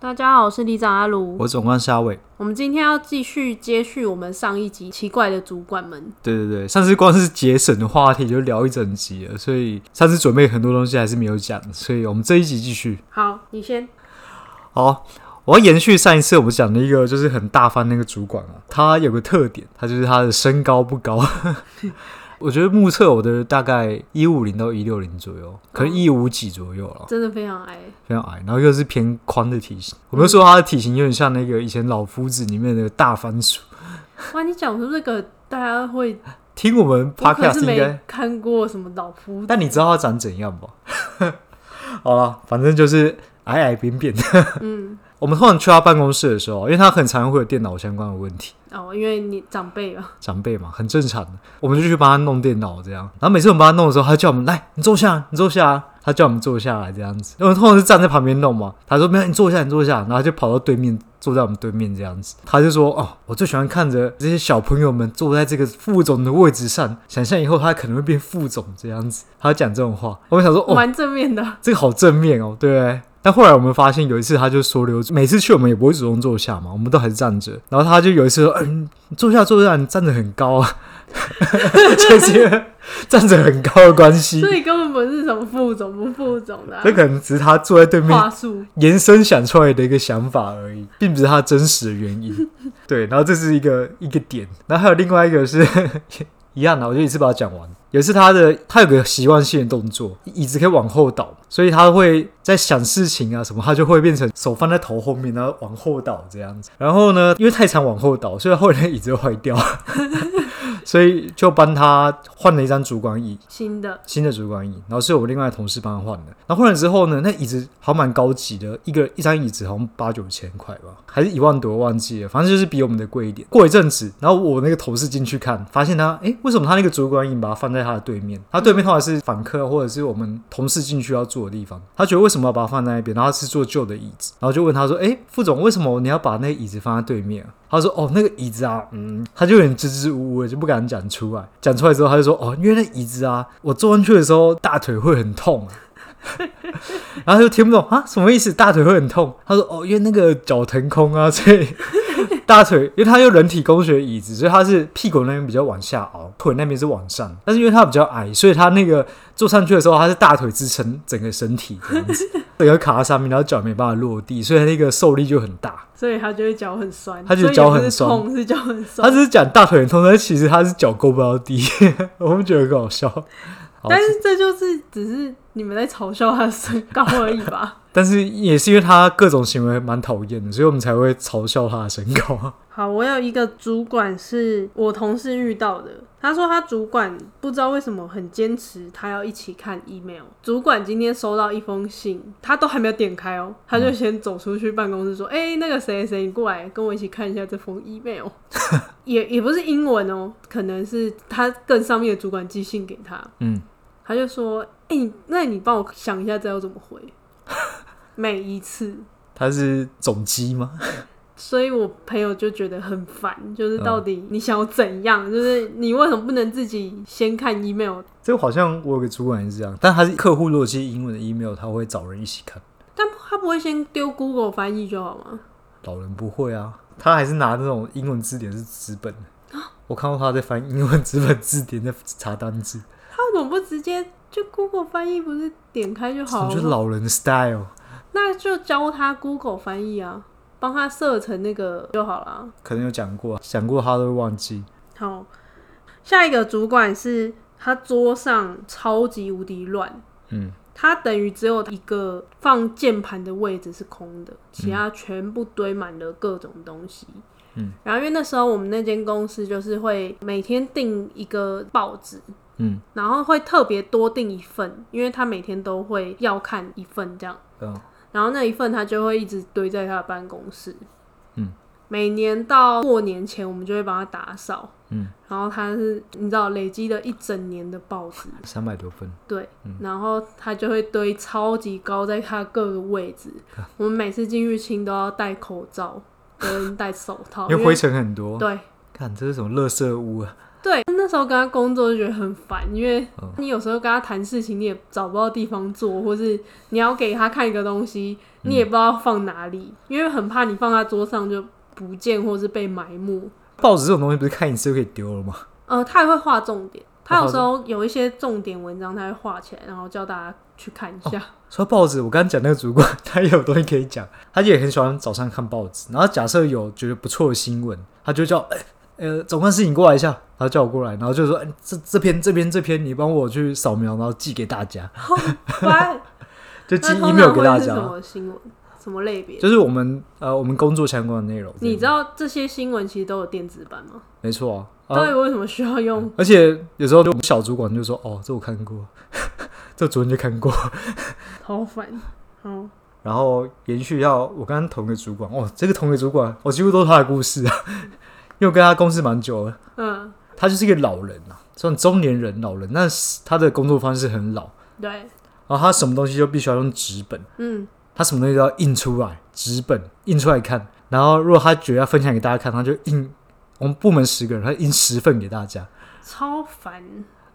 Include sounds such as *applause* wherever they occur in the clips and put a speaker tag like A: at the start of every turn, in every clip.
A: 大家好，我是里长阿卢。
B: 我总冠是阿伟。
A: 我们今天要继续接续我们上一集奇怪的主管们，
B: 对对对，上次光是节省的话题就聊一整集了，所以上次准备很多东西还是没有讲，所以我们这一集继续。
A: 好，你先。
B: 好，我要延续上一次我们讲的一个就是很大方那个主管啊，他有个特点，他就是他的身高不高。 *laughs* 我觉得目测我的大概一五零到一六零左右，可能一五几左右了，
A: 真的非常矮，
B: 非常矮。然后又是偏宽的体型，我们说他的体型有点像那个以前老夫子里面的大番薯。
A: 哇，你讲出这个，大家会，
B: 听我们
A: 我可
B: podcast
A: 是
B: 应该
A: 没看过什么老夫子，
B: 但你知道他长怎样吧？ *laughs* 好了，反正就是矮矮扁扁的。
A: 嗯，
B: *laughs* 我们通常去他办公室的时候，因为他很常会有电脑相关的问题，
A: 哦，因为你长辈嘛，
B: *laughs* 长辈嘛，很正常的，我们就去帮他弄电脑这样。然后每次我们帮他弄的时候，他叫我们来，你坐下，你坐下。啊他叫我们坐下来这样子，因为我们通常是站在旁边弄嘛。他说没有，你坐下，你坐下。然后他就跑到对面，坐在我们对面这样子。他就说哦，我最喜欢看着这些小朋友们坐在这个副总的位置上，想象以后他可能会变副总这样子。他讲这种话，我们想说哦，
A: 蛮正面的，
B: 这个好正面哦，对不对。但后来我们发现有一次，他就说溜，每次去我们也不会主动坐下嘛，我们都还是站着。然后他就有一次说：“嗯、你坐下坐下，你站得很高啊。” *laughs* 就是 *laughs* 因为站着很高的关系
A: 所，以根本不是什么副总不副总的啊、
B: 这可能只是他坐在对面
A: 话术，
B: 延伸想出来的一个想法而已，并不是他真实的原因。对，然后这是一个一个点，然后还有另外一个是 *laughs* 一样的，啊我就一次把它讲完。也是他的，他有个习惯性的动作，椅子可以往后倒，所以他会在想事情啊什么，他就会变成手放在头后面，然后往后倒这样子。然后呢，因为太常往后倒，所以后来椅子就坏掉， *laughs* 所以就帮他换了一张主管椅。
A: 新的，
B: 新的主管椅，然后是我另外的同事帮他换的。然后换了之后呢，那椅子好像蛮高级的，一个一张椅子好像八九千块吧，还是一万多，忘记了，反正就是比我们的贵一点。过一阵子，然后我那个同事进去看，发现他，诶，为什么他那个主管椅把它放在他的对面？他对面通常是访客或者是我们同事进去要坐的地方。他觉得为什么要把它放在那边？然后他是坐旧的椅子，然后就问他说，诶，副总，为什么你要把那个椅子放在对面啊？他说：“哦，那个椅子啊，嗯，他就有点支支吾吾的，就不敢讲出来。讲出来之后，他就说：哦，因为那椅子啊，我坐上去的时候大腿会很痛、啊。” *laughs* 然后他就听不懂啊，什么意思？大腿会很痛？他说：哦，因为那个脚腾空啊，所以大腿，因为他用人体工学椅子，所以他是屁股那边比较往下凹，腿那边是往上。但是因为他比较矮，所以他那个坐上去的时候，他是大腿支撑整个身体这样子，整个卡在上面，然后脚没办法落地，所以他那个受力就很大。
A: 所以他就会脚很酸，
B: 他觉得脚很酸
A: 所以也不是痛是脚很
B: 他
A: 酸，
B: 只是讲大腿很痛，但其实他是脚勾不到地，我们觉得很好笑。好
A: 但是这就是只是你们在嘲笑他的身高而已吧。
B: 但是也是因为他各种行为蛮讨厌的，所以我们才会嘲笑他的身高。
A: 好，我有一个主管是我同事遇到的，他说他主管不知道为什么很坚持他要一起看 email。主管今天收到一封信，他都还没有点开哦，他就先走出去办公室说：“哎、那个谁谁，你过来跟我一起看一下这封 email。” *laughs* 也也不是英文哦，可能是他更上面的主管寄信给他，
B: 嗯，
A: 他就说：“哎、那你帮我想一下这要怎么回。” *laughs* 每一次，
B: 他是总机吗？
A: 所以我朋友就觉得很烦，就是到底你想要怎样？就是 *laughs* 你为什么不能自己先看 email？
B: 这个好像我有个主管也是这样，但他是客户如果接英文的 email，他会找人一起看。
A: 但他不会先丢 Google 翻译就好吗？
B: 老人不会啊，他还是拿那种英文字典是纸本的。我看过他在翻英文纸本字典，在查单字，
A: 他怎么不直接就 Google 翻译不是点开就
B: 我
A: 好
B: 觉得
A: 了吗？
B: 老人 style。
A: 那就教他 Google 翻译啊，帮他设成那个就好了。啊
B: 可能有讲过，啊讲过他都会忘记。
A: 好，下一个主管是他桌上超级无敌乱，
B: 嗯，
A: 他等于只有一个放键盘的位置是空的，其他全部堆满了各种东西。
B: 嗯，
A: 然后因为那时候我们那间公司就是会每天订一个报纸，
B: 嗯
A: 然后会特别多订一份，因为他每天都会要看一份这样。
B: 嗯
A: 然后那一份他就会一直堆在他的办公室。
B: 嗯，
A: 每年到过年前，我们就会帮他打扫。
B: 嗯，
A: 然后他是你知道累积了一整年的报纸，
B: 三百多分，
A: 对，然后他就会堆超级高在他各个位 *laughs* 置。我们每次进去清都要戴口罩跟戴手套， *laughs*
B: 哦因
A: 因
B: 为灰尘很多。
A: 对
B: 看这是什么垃圾屋啊？
A: 对，那时候跟他工作就觉得很烦，因为
B: 嗯
A: 你有时候跟他谈事情，你也找不到地方坐，或是你要给他看一个东西，你也不知道放哪里，因为很怕你放他桌上就不见或是被埋没。
B: 报纸这种东西不是看一次就可以丢了吗？
A: 呃，他也会画重点，他
B: 哦
A: 有时候有一些重点文章，他会画起来，然后叫大家去看一下。
B: 说到报纸，我刚刚讲那个主管， *laughs* 他也有东西可以讲，他也很喜欢早上看报纸。然后假设有觉得不错的新闻，他就叫哎呃总干事你过来一下，然后叫我过来，然后就说、哎这这篇这篇这篇你帮我去扫描，然后寄给大家，
A: *laughs* 好烦。
B: 就
A: 那
B: 寄
A: 通常
B: email 给大
A: 会是
B: 家啊
A: 什。么新闻？什么类别？
B: 就是我们呃我们工作相关的内容，
A: 你知道这些新闻其实都有电子版吗？
B: 没错啊。
A: 到
B: 啊
A: 底为什么需要 *laughs* 用？
B: 而且有时候就我们小主管就说：“哦，这我看过， *laughs* 这昨天就看过。
A: 好烦。好，”
B: 然后延续到我跟同一个主管，哦，这个同一个主管，我、几乎都是他的故事啊， *laughs* 因为我跟他共事蛮久了。
A: 嗯，
B: 他就是一个老人啊，算中年人老人，但是他的工作方式很老，
A: 对，
B: 然后他什么东西就必须要用纸本，
A: 嗯，
B: 他什么东西都要印出来，纸本印出来看。然后如果他觉得要分享给大家看，他就印我们部门十个人，他印十份给大家。
A: 超烦。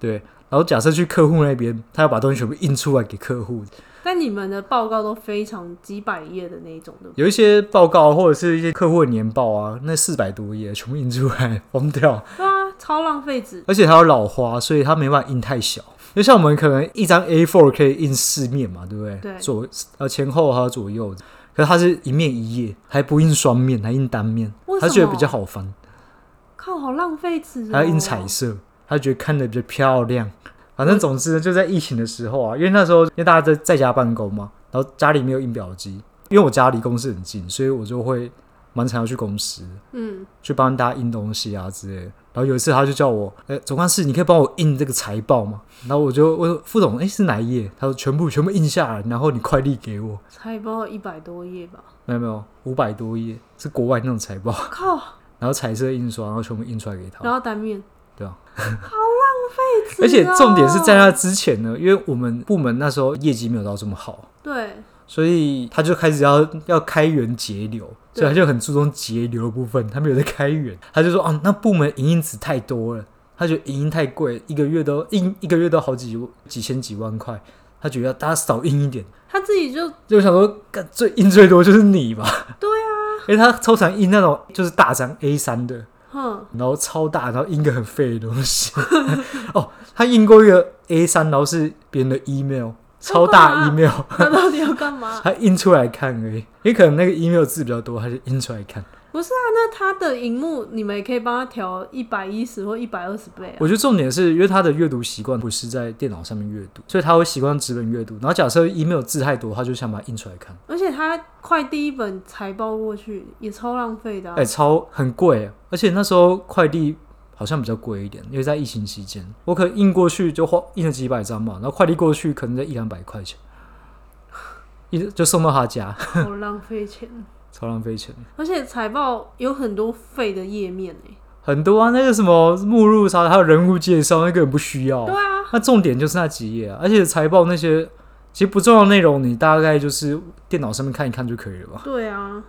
B: 对，然后假设去客户那边，他要把东西全部印出来给客户。
A: 但你们的报告都非常几百页的那一种，对不对？
B: 有一些报告或者是一些客户的年报啊，那四百多页全部印出来， *laughs* 疯掉。
A: 对啊，超浪费纸。
B: 而且它有老花，所以它没办法印太小。就像我们可能一张 A4 可以印四面嘛，对不对？
A: 对
B: 左呃前后还有左右，可是它是一面一页，还不印双面，还印单面
A: 为，
B: 他
A: 什
B: 觉得
A: 么
B: 比较好翻，
A: 靠，好浪费纸、哦。
B: 还要印彩色，他觉得看的比较漂亮。反正总之呢，就在疫情的时候啊，因为那时候因为大家在在家办公嘛，然后家里没有印表机，因为我家离公司很近，所以我就会蛮常要去公司的。
A: 嗯，
B: 去帮大家印东西啊之类的。然后有一次他就叫我，呃、总干事，你可以帮我印这个财报吗？然后我就我说副总，哎、是哪一页？他说全部全部印下来，然后你快递给我。
A: 财报一百多页吧。
B: 没有没有，五百多页是国外那种财报， *laughs*
A: 靠，
B: 然后彩色印刷，然后全部印出来给
A: 然
B: 他。
A: 后单面。
B: 对啊。
A: 好浪费纸、哦。
B: 而且重点是在那之前呢，因为我们部门那时候业绩没有到这么好，
A: 对，
B: 所以他就开始要要开源节流，所以他就很注重节流的部分，他没有在开源，他就说啊，那部门营运值太多了，他觉得营运太贵，一个月都印一个月都好几几千几万块，他觉得大家少印一点，
A: 他自己就
B: 就想说干最印最多就是你吧，
A: 对
B: 啊， *laughs* 因为他超常印那种就是大张 A 三的，
A: 哼。
B: 然后超大，然后印个很废的东 *laughs* 西，哦，他印过一个 A 三，然后是别人的 email，超
A: 干
B: 大啊
A: 嘛
B: email。
A: 他到底要干嘛？
B: 他印出来看而已，也可能那个 email 字比较多，他就印出来看。
A: 不是啊，那他的荧幕你们也可以帮他调一百一十或一百二十倍啊。
B: 我觉得重点是因为他的阅读习惯不是在电脑上面阅读，所以他会习惯纸本阅读。然后假设 email 字太多，他就想把它印出来看。
A: 而且他快递一本财报过去也超浪费的、啊
B: 哎、。超很贵，欸而且那时候快递好像比较贵一点，因为在疫情期间，我可能印过去就花印了几百张嘛，然后快递过去可能在一两百块钱，一就送到他家， *laughs*
A: 好浪费钱。
B: 超浪费钱。
A: 而且财报有很多废的页面哎、
B: 很多啊，那个什么目录啥的，还有人物介绍，那个也不需要。
A: 对啊，
B: 那重点就是那几页啊，而且财报那些其实不重要的内容，你大概就是电脑上面看一看就可以了吧？
A: 对啊。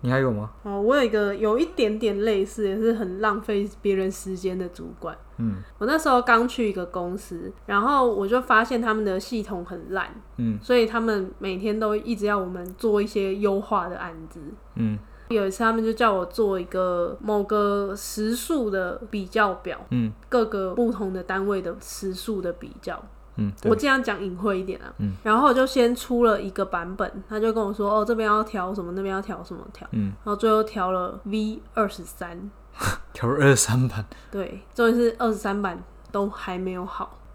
B: 你还有吗？
A: 哦，我有一个有一点点类似，也是很浪费别人时间的主管。
B: 嗯
A: 我那时候刚去一个公司，然后我就发现他们的系统很烂，
B: 嗯
A: 所以他们每天都一直要我们做一些优化的案子。
B: 嗯
A: 有一次，他们就叫我做一个某个时数的比较表，
B: 嗯
A: 各个不同的单位的时数的比较。
B: 嗯，
A: 我
B: 对，
A: 这样讲隐晦一点啊。
B: 嗯
A: 然后我就先出了一个版本，他就跟我说：“哦，这边要调什么，那边要调什么调。”
B: 嗯，
A: 然后最后调了 V 二十三，
B: 调二三版，
A: 对，重点是二十三版都还没有好。 *laughs*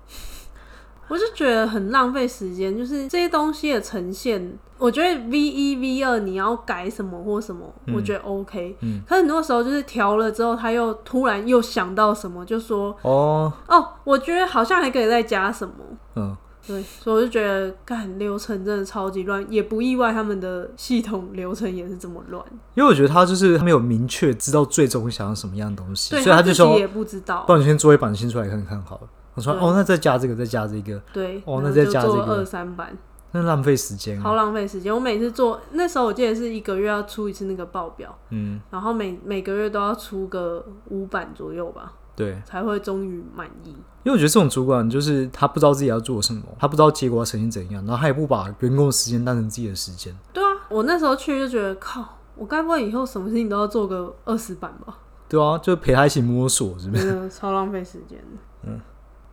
A: 我就觉得很浪费时间，就是这些东西的呈现，我觉得 V 一 V 二你要改什么或什么，
B: 嗯
A: 我觉得 OK。
B: 嗯
A: 可很多时候就是调了之后，他又突然又想到什么，就说
B: 哦，
A: 哦，我觉得好像还可以再加什么，
B: 嗯，
A: 对，所以我就觉得干流程真的超级乱，也不意外他们的系统流程也是这么乱。
B: 因为我觉得他就是他没有明确知道最终想要什么样的东西，
A: 对
B: 所以
A: 他
B: 就
A: 自己
B: 说，
A: 也不知道
B: 不，然你先做一版新出来看看好了。我说
A: 对
B: 哦，那再加这个，再加这个，
A: 对，
B: 哦
A: 然
B: 那
A: 后
B: 再
A: 就
B: 加
A: 做
B: 这个
A: 二三版，
B: 那浪费时间啊。
A: 好浪费时间。我每次做那时候我记得是一个月要出一次那个报表，
B: 嗯，
A: 然后每每个月都要出个五版左右吧，
B: 对，
A: 才会终于满意。
B: 因为我觉得这种主管就是他不知道自己要做什么，他不知道结果要呈现怎样，然后他也不把员工的时间当成自己的时间。
A: 对啊，我那时候去就觉得靠，我该不会以后什么事情都要做个二十版吧？ *laughs*
B: 对啊，就陪他一起摸索，是不是？
A: 真的超浪费时间的。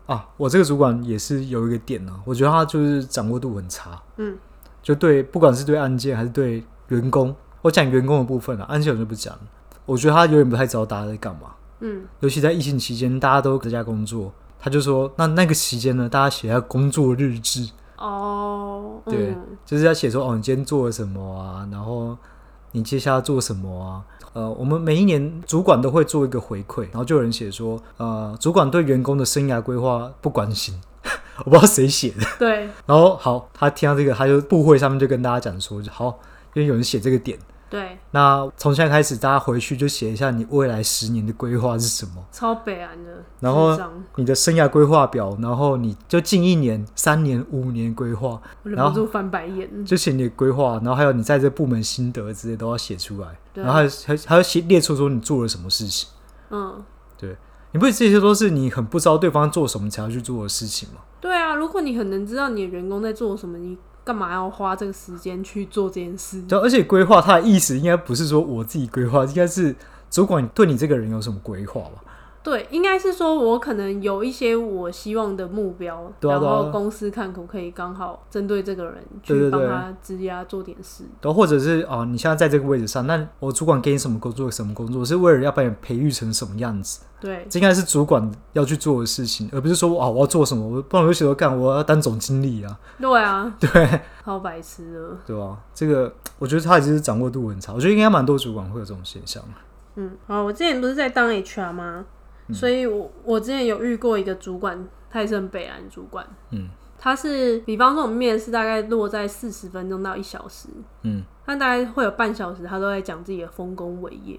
B: 啊，我这个主管也是有一个点啊，我觉得他就是掌握度很差。
A: 嗯，
B: 就对，不管是对案件还是对员工，我讲员工的部分啊，案件我就不讲了。我觉得他有点不太知道大家在干嘛，
A: 嗯，
B: 尤其在疫情期间，大家都在家工作。他就说，那那个期间呢，大家写下工作日志，
A: 哦，
B: 对
A: 嗯，
B: 就是要写说哦，你今天做了什么啊，然后你接下来做什么啊。呃，我们每一年主管都会做一个回馈，然后就有人写说，呃，主管对员工的生涯规划不关心， *laughs* 我不知道谁写的。
A: 对
B: 然后好，他听到这个，他就部会上面就跟大家讲说，好，因为有人写这个点，
A: 对，
B: 那从现在开始，大家回去就写一下你未来十年的规划是什么，
A: 超北岸的智障，
B: 然后你的生涯规划表，然后你就近一年、三年、五年规划，
A: 我忍不住翻白眼。
B: 就写你的规划，然后还有你在这部门心得之类都要写出来，
A: 对
B: 然后还有还还要写列出说你做了什么事情。
A: 嗯，
B: 你不会这些都是你很不知道对方做什么才要去做的事情吗？
A: 对啊，如果你很能知道你的员工在做什么，你干嘛要花这个时间去做这件事？
B: 对，而且规划它的意思应该不是说我自己规划，应该是主管对你这个人有什么规划吧？
A: 对，应该是说我可能有一些我希望的目标，
B: 对啊
A: 然
B: 对啊
A: 后公司看可不可以刚好针对这个人
B: 对对
A: 去
B: 对
A: 帮他积压做点事。
B: 然后或者是啊，你现在在这个位置上，那我主管给你什么工作，什么工作是为了要把你培育成什么样子？
A: 对
B: 这应该是主管要去做的事情，而不是说啊我要做什么，我不然我就写说干我要当总经理啊，
A: 对啊，
B: *laughs* 对。
A: 超白痴的。
B: 对啊，这个我觉得他其实掌握度很差，我觉得应该蛮多主管会有这种现象。
A: 嗯，好，我之前不是在当 HR 吗？
B: 嗯
A: 所以我我之前有遇过一个主管，他也是很北兰主管，
B: 嗯
A: 他是比方说我们面试大概落在四十分钟到一小时，
B: 嗯，
A: 但大概会有半小时，他都在讲自己的丰功伟
B: *laughs*
A: 业，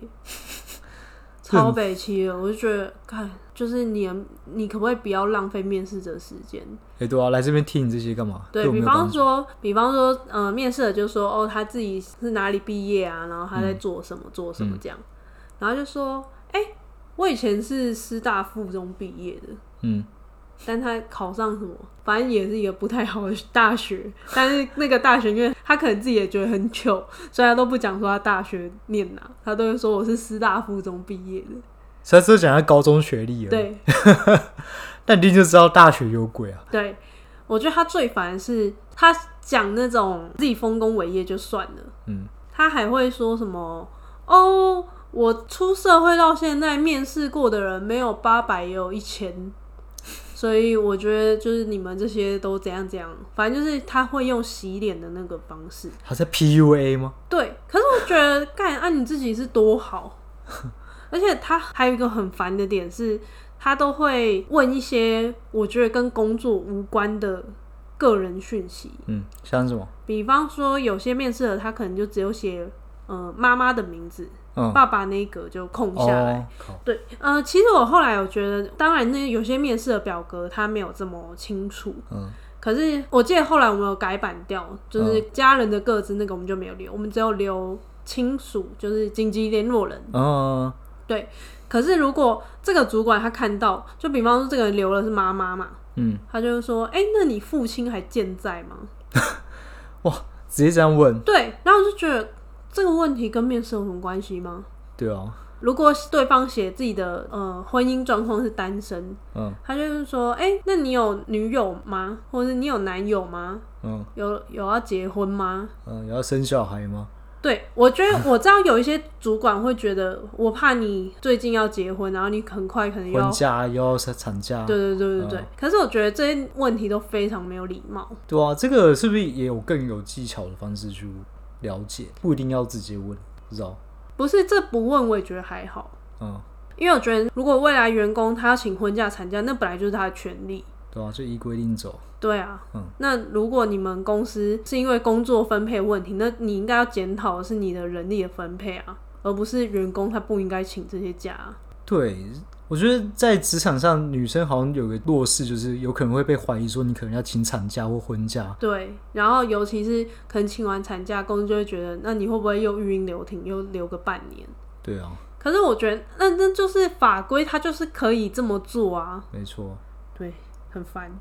A: 超北七了。我就觉得，看，就是你，你可不可以不要浪费面试者时间？
B: 哎、对啊，来这边听你这些干嘛？
A: 对
B: 我没有
A: 比方
B: 帮助。
A: 说，比方说，呃，面试的就说，哦，他自己是哪里毕业啊，然后他在
B: 嗯
A: 做什么、做什么这样，然后就说，哎、我以前是师大附中毕业的，
B: 嗯，
A: 但他考上什么，反正也是一个不太好的大学。但是那个大学，因为他可能自己也觉得很糗，所以他都不讲说他大学念哪，他都会说我是师大附中毕业的。
B: 所以他只有讲他高中学历了，
A: 对
B: 但你就知道大学有鬼啊。
A: 对，我觉得他最烦的是他讲那种自己丰功伟业就算了，
B: 嗯，
A: 他还会说什么哦，我出社会到现在面试过的人没有八百也有一千，所以我觉得就是你们这些都怎样怎样，反正就是他会用洗脸的那个方式。
B: 他在 PUA 吗？
A: 对，可是我觉得干啊按、你自己是多好，而且他还有一个很烦的点是，他都会问一些我觉得跟工作无关的个人讯息。
B: 嗯，像什么？
A: 比方说，有些面试的他可能就只有写，呃，妈妈的名字，
B: 嗯，
A: 爸爸那一格就空下来。
B: 哦，靠
A: 对，呃，其实我后来我觉得，当然那有些面试的表格它没有这么清楚，
B: 嗯，
A: 可是我记得后来我们有改版掉，就是家人的个资那个我们就没有留，我们只有留亲属，就是紧急联络人。
B: 嗯，
A: 对，可是如果这个主管他看到，就比方说这个人留了是妈妈嘛，
B: 嗯，
A: 他就会说，哎、那你父亲还健在吗？
B: 哇，直接这样问，
A: 对，然后我就觉得这个问题跟面试有什么关系吗？
B: 对啊，
A: 如果对方写自己的呃婚姻状况是单身，
B: 嗯
A: 他就是说，哎、那你有女友吗？或者是你有男友吗？
B: 嗯
A: 有有要结婚吗？
B: 嗯，也要生小孩吗？
A: 对，我觉得我知道有一些主管会觉得，我怕你最近要结婚，然后你很快可能又
B: 婚
A: 要，
B: 假又要产假，
A: 对对对对对。可是我觉得这些问题都非常没有礼貌。
B: 对啊，这个是不是也有更有技巧的方式去了解？不一定要直接问，不知道，
A: 不是这不问，我也觉得还好，
B: 嗯。
A: 因为我觉得如果未来员工他要请婚假、产假，那本来就是他的权利。
B: 对啊，就依规定走。
A: 对啊，
B: 嗯
A: 那如果你们公司是因为工作分配问题，那你应该要检讨的是你的人力的分配啊，而不是员工他不应该请这些假、啊。
B: 对，我觉得在职场上，女生好像有个弱势，就是有可能会被怀疑说你可能要请产假或婚假。
A: 对，然后尤其是可能请完产假，公司就会觉得，那你会不会又育婴留停，又留个半年？
B: 对啊，
A: 可是我觉得，那那就是法规，它就是可以这么做啊。
B: 没错，
A: 对，很烦。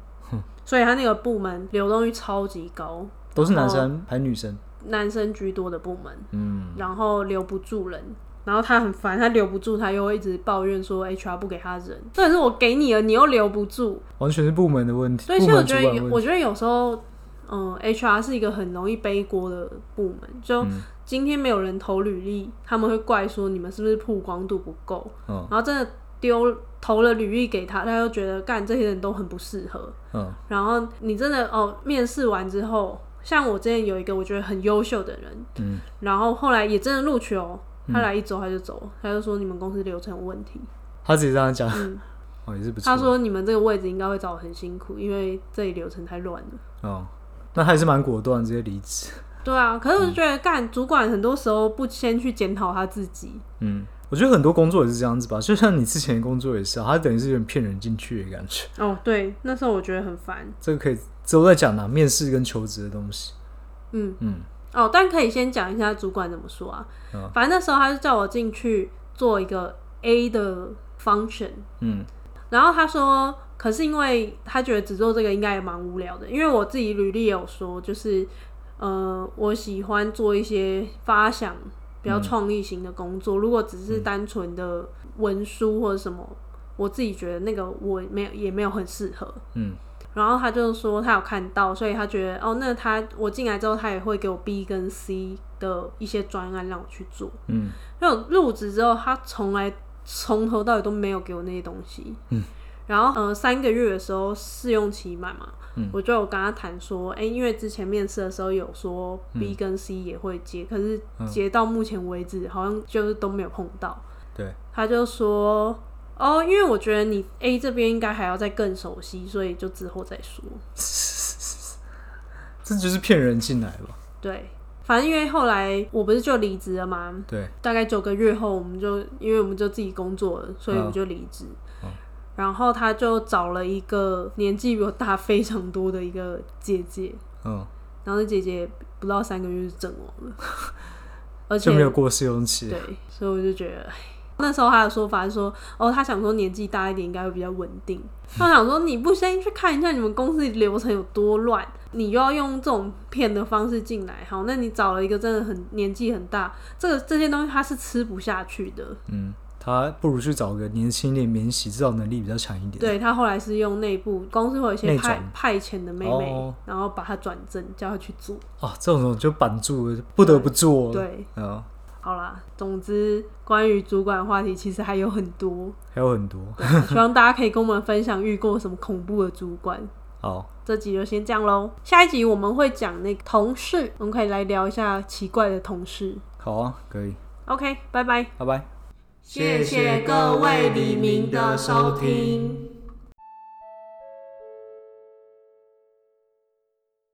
A: 所以他那个部门流动率超级高，
B: 都是男
A: 哦
B: 生还是女生？
A: 男生居多的部门，
B: 嗯，
A: 然后留不住人，然后他很烦，他留不住，他又会一直抱怨说 HR 不给他人，但是我给你了，你又留不住，
B: 完全是部门的问题，
A: 所以
B: 部
A: 其实我
B: 门主
A: 觉得
B: 管的
A: 有，
B: 问题。
A: 我觉得有时候，嗯，HR 是一个很容易背锅的部门，就。今天没有人投履历，他们会怪说你们是不是曝光度不够，
B: 嗯
A: 然后真的丢投了履历给他，他又觉得干这些人都很不适合，
B: 嗯
A: 然后你真的哦，面试完之后，像我之前有一个我觉得很优秀的人，
B: 嗯，
A: 然后后来也真的录取哦，他来一周他就走，他就说你们公司流程有问题，
B: 他自己这样讲，
A: 嗯
B: 哦，也是不错。
A: 他说你们这个位置应该会找我很辛苦，因为这里流程太乱了。
B: 哦，那他也是蛮果断，直接离职。
A: 对啊，可是我就觉得干主管很多时候不先去检讨他自己，
B: 嗯，我觉得很多工作也是这样子吧，就像你之前的工作也是啊，他等于是有点骗人进去的感觉。
A: 哦，对，那时候我觉得很烦，
B: 这个可以之后再讲啦，面试跟求职的东西。
A: 嗯。
B: 嗯
A: 哦，但可以先讲一下主管怎么说啊。
B: 嗯
A: 反正那时候他就叫我进去做一个 A 的 function，
B: 嗯
A: 然后他说，可是因为他觉得只做这个应该也蛮无聊的，因为我自己履历也有说，就是呃，我喜欢做一些发想比较创意型的工作，如果只是单纯的文书或者什么，我自己觉得那个我没有也没有很适合。
B: 嗯
A: 然后他就说他有看到，所以他觉得哦，那他我进来之后，他也会给我 B 跟 C 的一些专案让我去做。
B: 嗯，
A: 那我入职之后，他从来从头到尾都没有给我那些东西。
B: 嗯。
A: 然后呃，三个月的时候试用期满嘛，
B: 嗯
A: 我就有跟他谈说，哎，因为之前面试的时候有说 B 跟 C 也会接，可是
B: 嗯
A: 接到目前为止好像就是都没有碰到。
B: 对，
A: 他就说。哦，因为我觉得你 A 这边应该还要再更熟悉，所以就之后再说。
B: 这就是骗人进来吧？
A: 对，反正因为后来我不是就离职了吗？
B: 对，
A: 大概九个月后，我们就因为我们就自己工作了，所以
B: 嗯
A: 我就离职。
B: 嗯
A: 然后他就找了一个年纪比我大非常多的一个姐姐，
B: 嗯，
A: 然后那姐姐不到三个月就阵
B: *laughs*
A: 亡了，而且
B: 就没有过试用期。
A: 对，所以我就觉得，唉哎那时候他的说法是说，哦，他想说年纪大一点应该会比较稳
B: *laughs*
A: 定。他想说，你不先去看一下你们公司流程有多乱，你又要用这种骗的方式进来，好，那你找了一个真的很年纪很大，这个这些东西他是吃不下去的。
B: 嗯，他不如去找个年轻一点、免洗制造能力比较强一点。，
A: 对他后来是用内部公司会有一些
B: 内
A: 派
B: 转
A: 派遣的妹妹，
B: 哦
A: 然后把她转正，叫她去做。
B: 哦，这种就板住了，不得不做。，
A: 对，
B: 嗯，
A: 好啦，总之关于主管的话题其实还有很多，
B: 还有很多。
A: 对希望大家可以跟我们分享遇过什么恐怖的主管。
B: 好，
A: 这集就先这样喽，下一集我们会讲那个同事，我们可以来聊一下奇怪的同事。
B: 好啊，可以，
A: OK，拜拜。
B: 拜拜。
A: 谢谢各位黎明的收听。